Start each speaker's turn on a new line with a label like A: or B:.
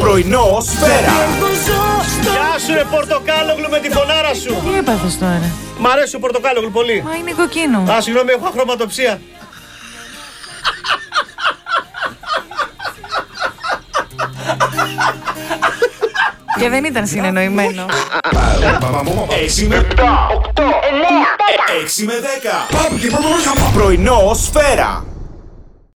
A: Πρωινό σφαίρα.
B: Γεια σου, ρε Πορτοκάλογλου με τη φωνάρα σου.
C: Τι έπαθες τώρα.
B: Μ' αρέσει ο Πορτοκάλογλου πολύ.
C: Μα είναι κοκκίνο.
B: Α, συγγνώμη, έχω αχρωματοψία.
C: Και δεν ήταν συνεννοημένο.
A: 6 με 8. 6 με 10. Πρωινό σφαίρα.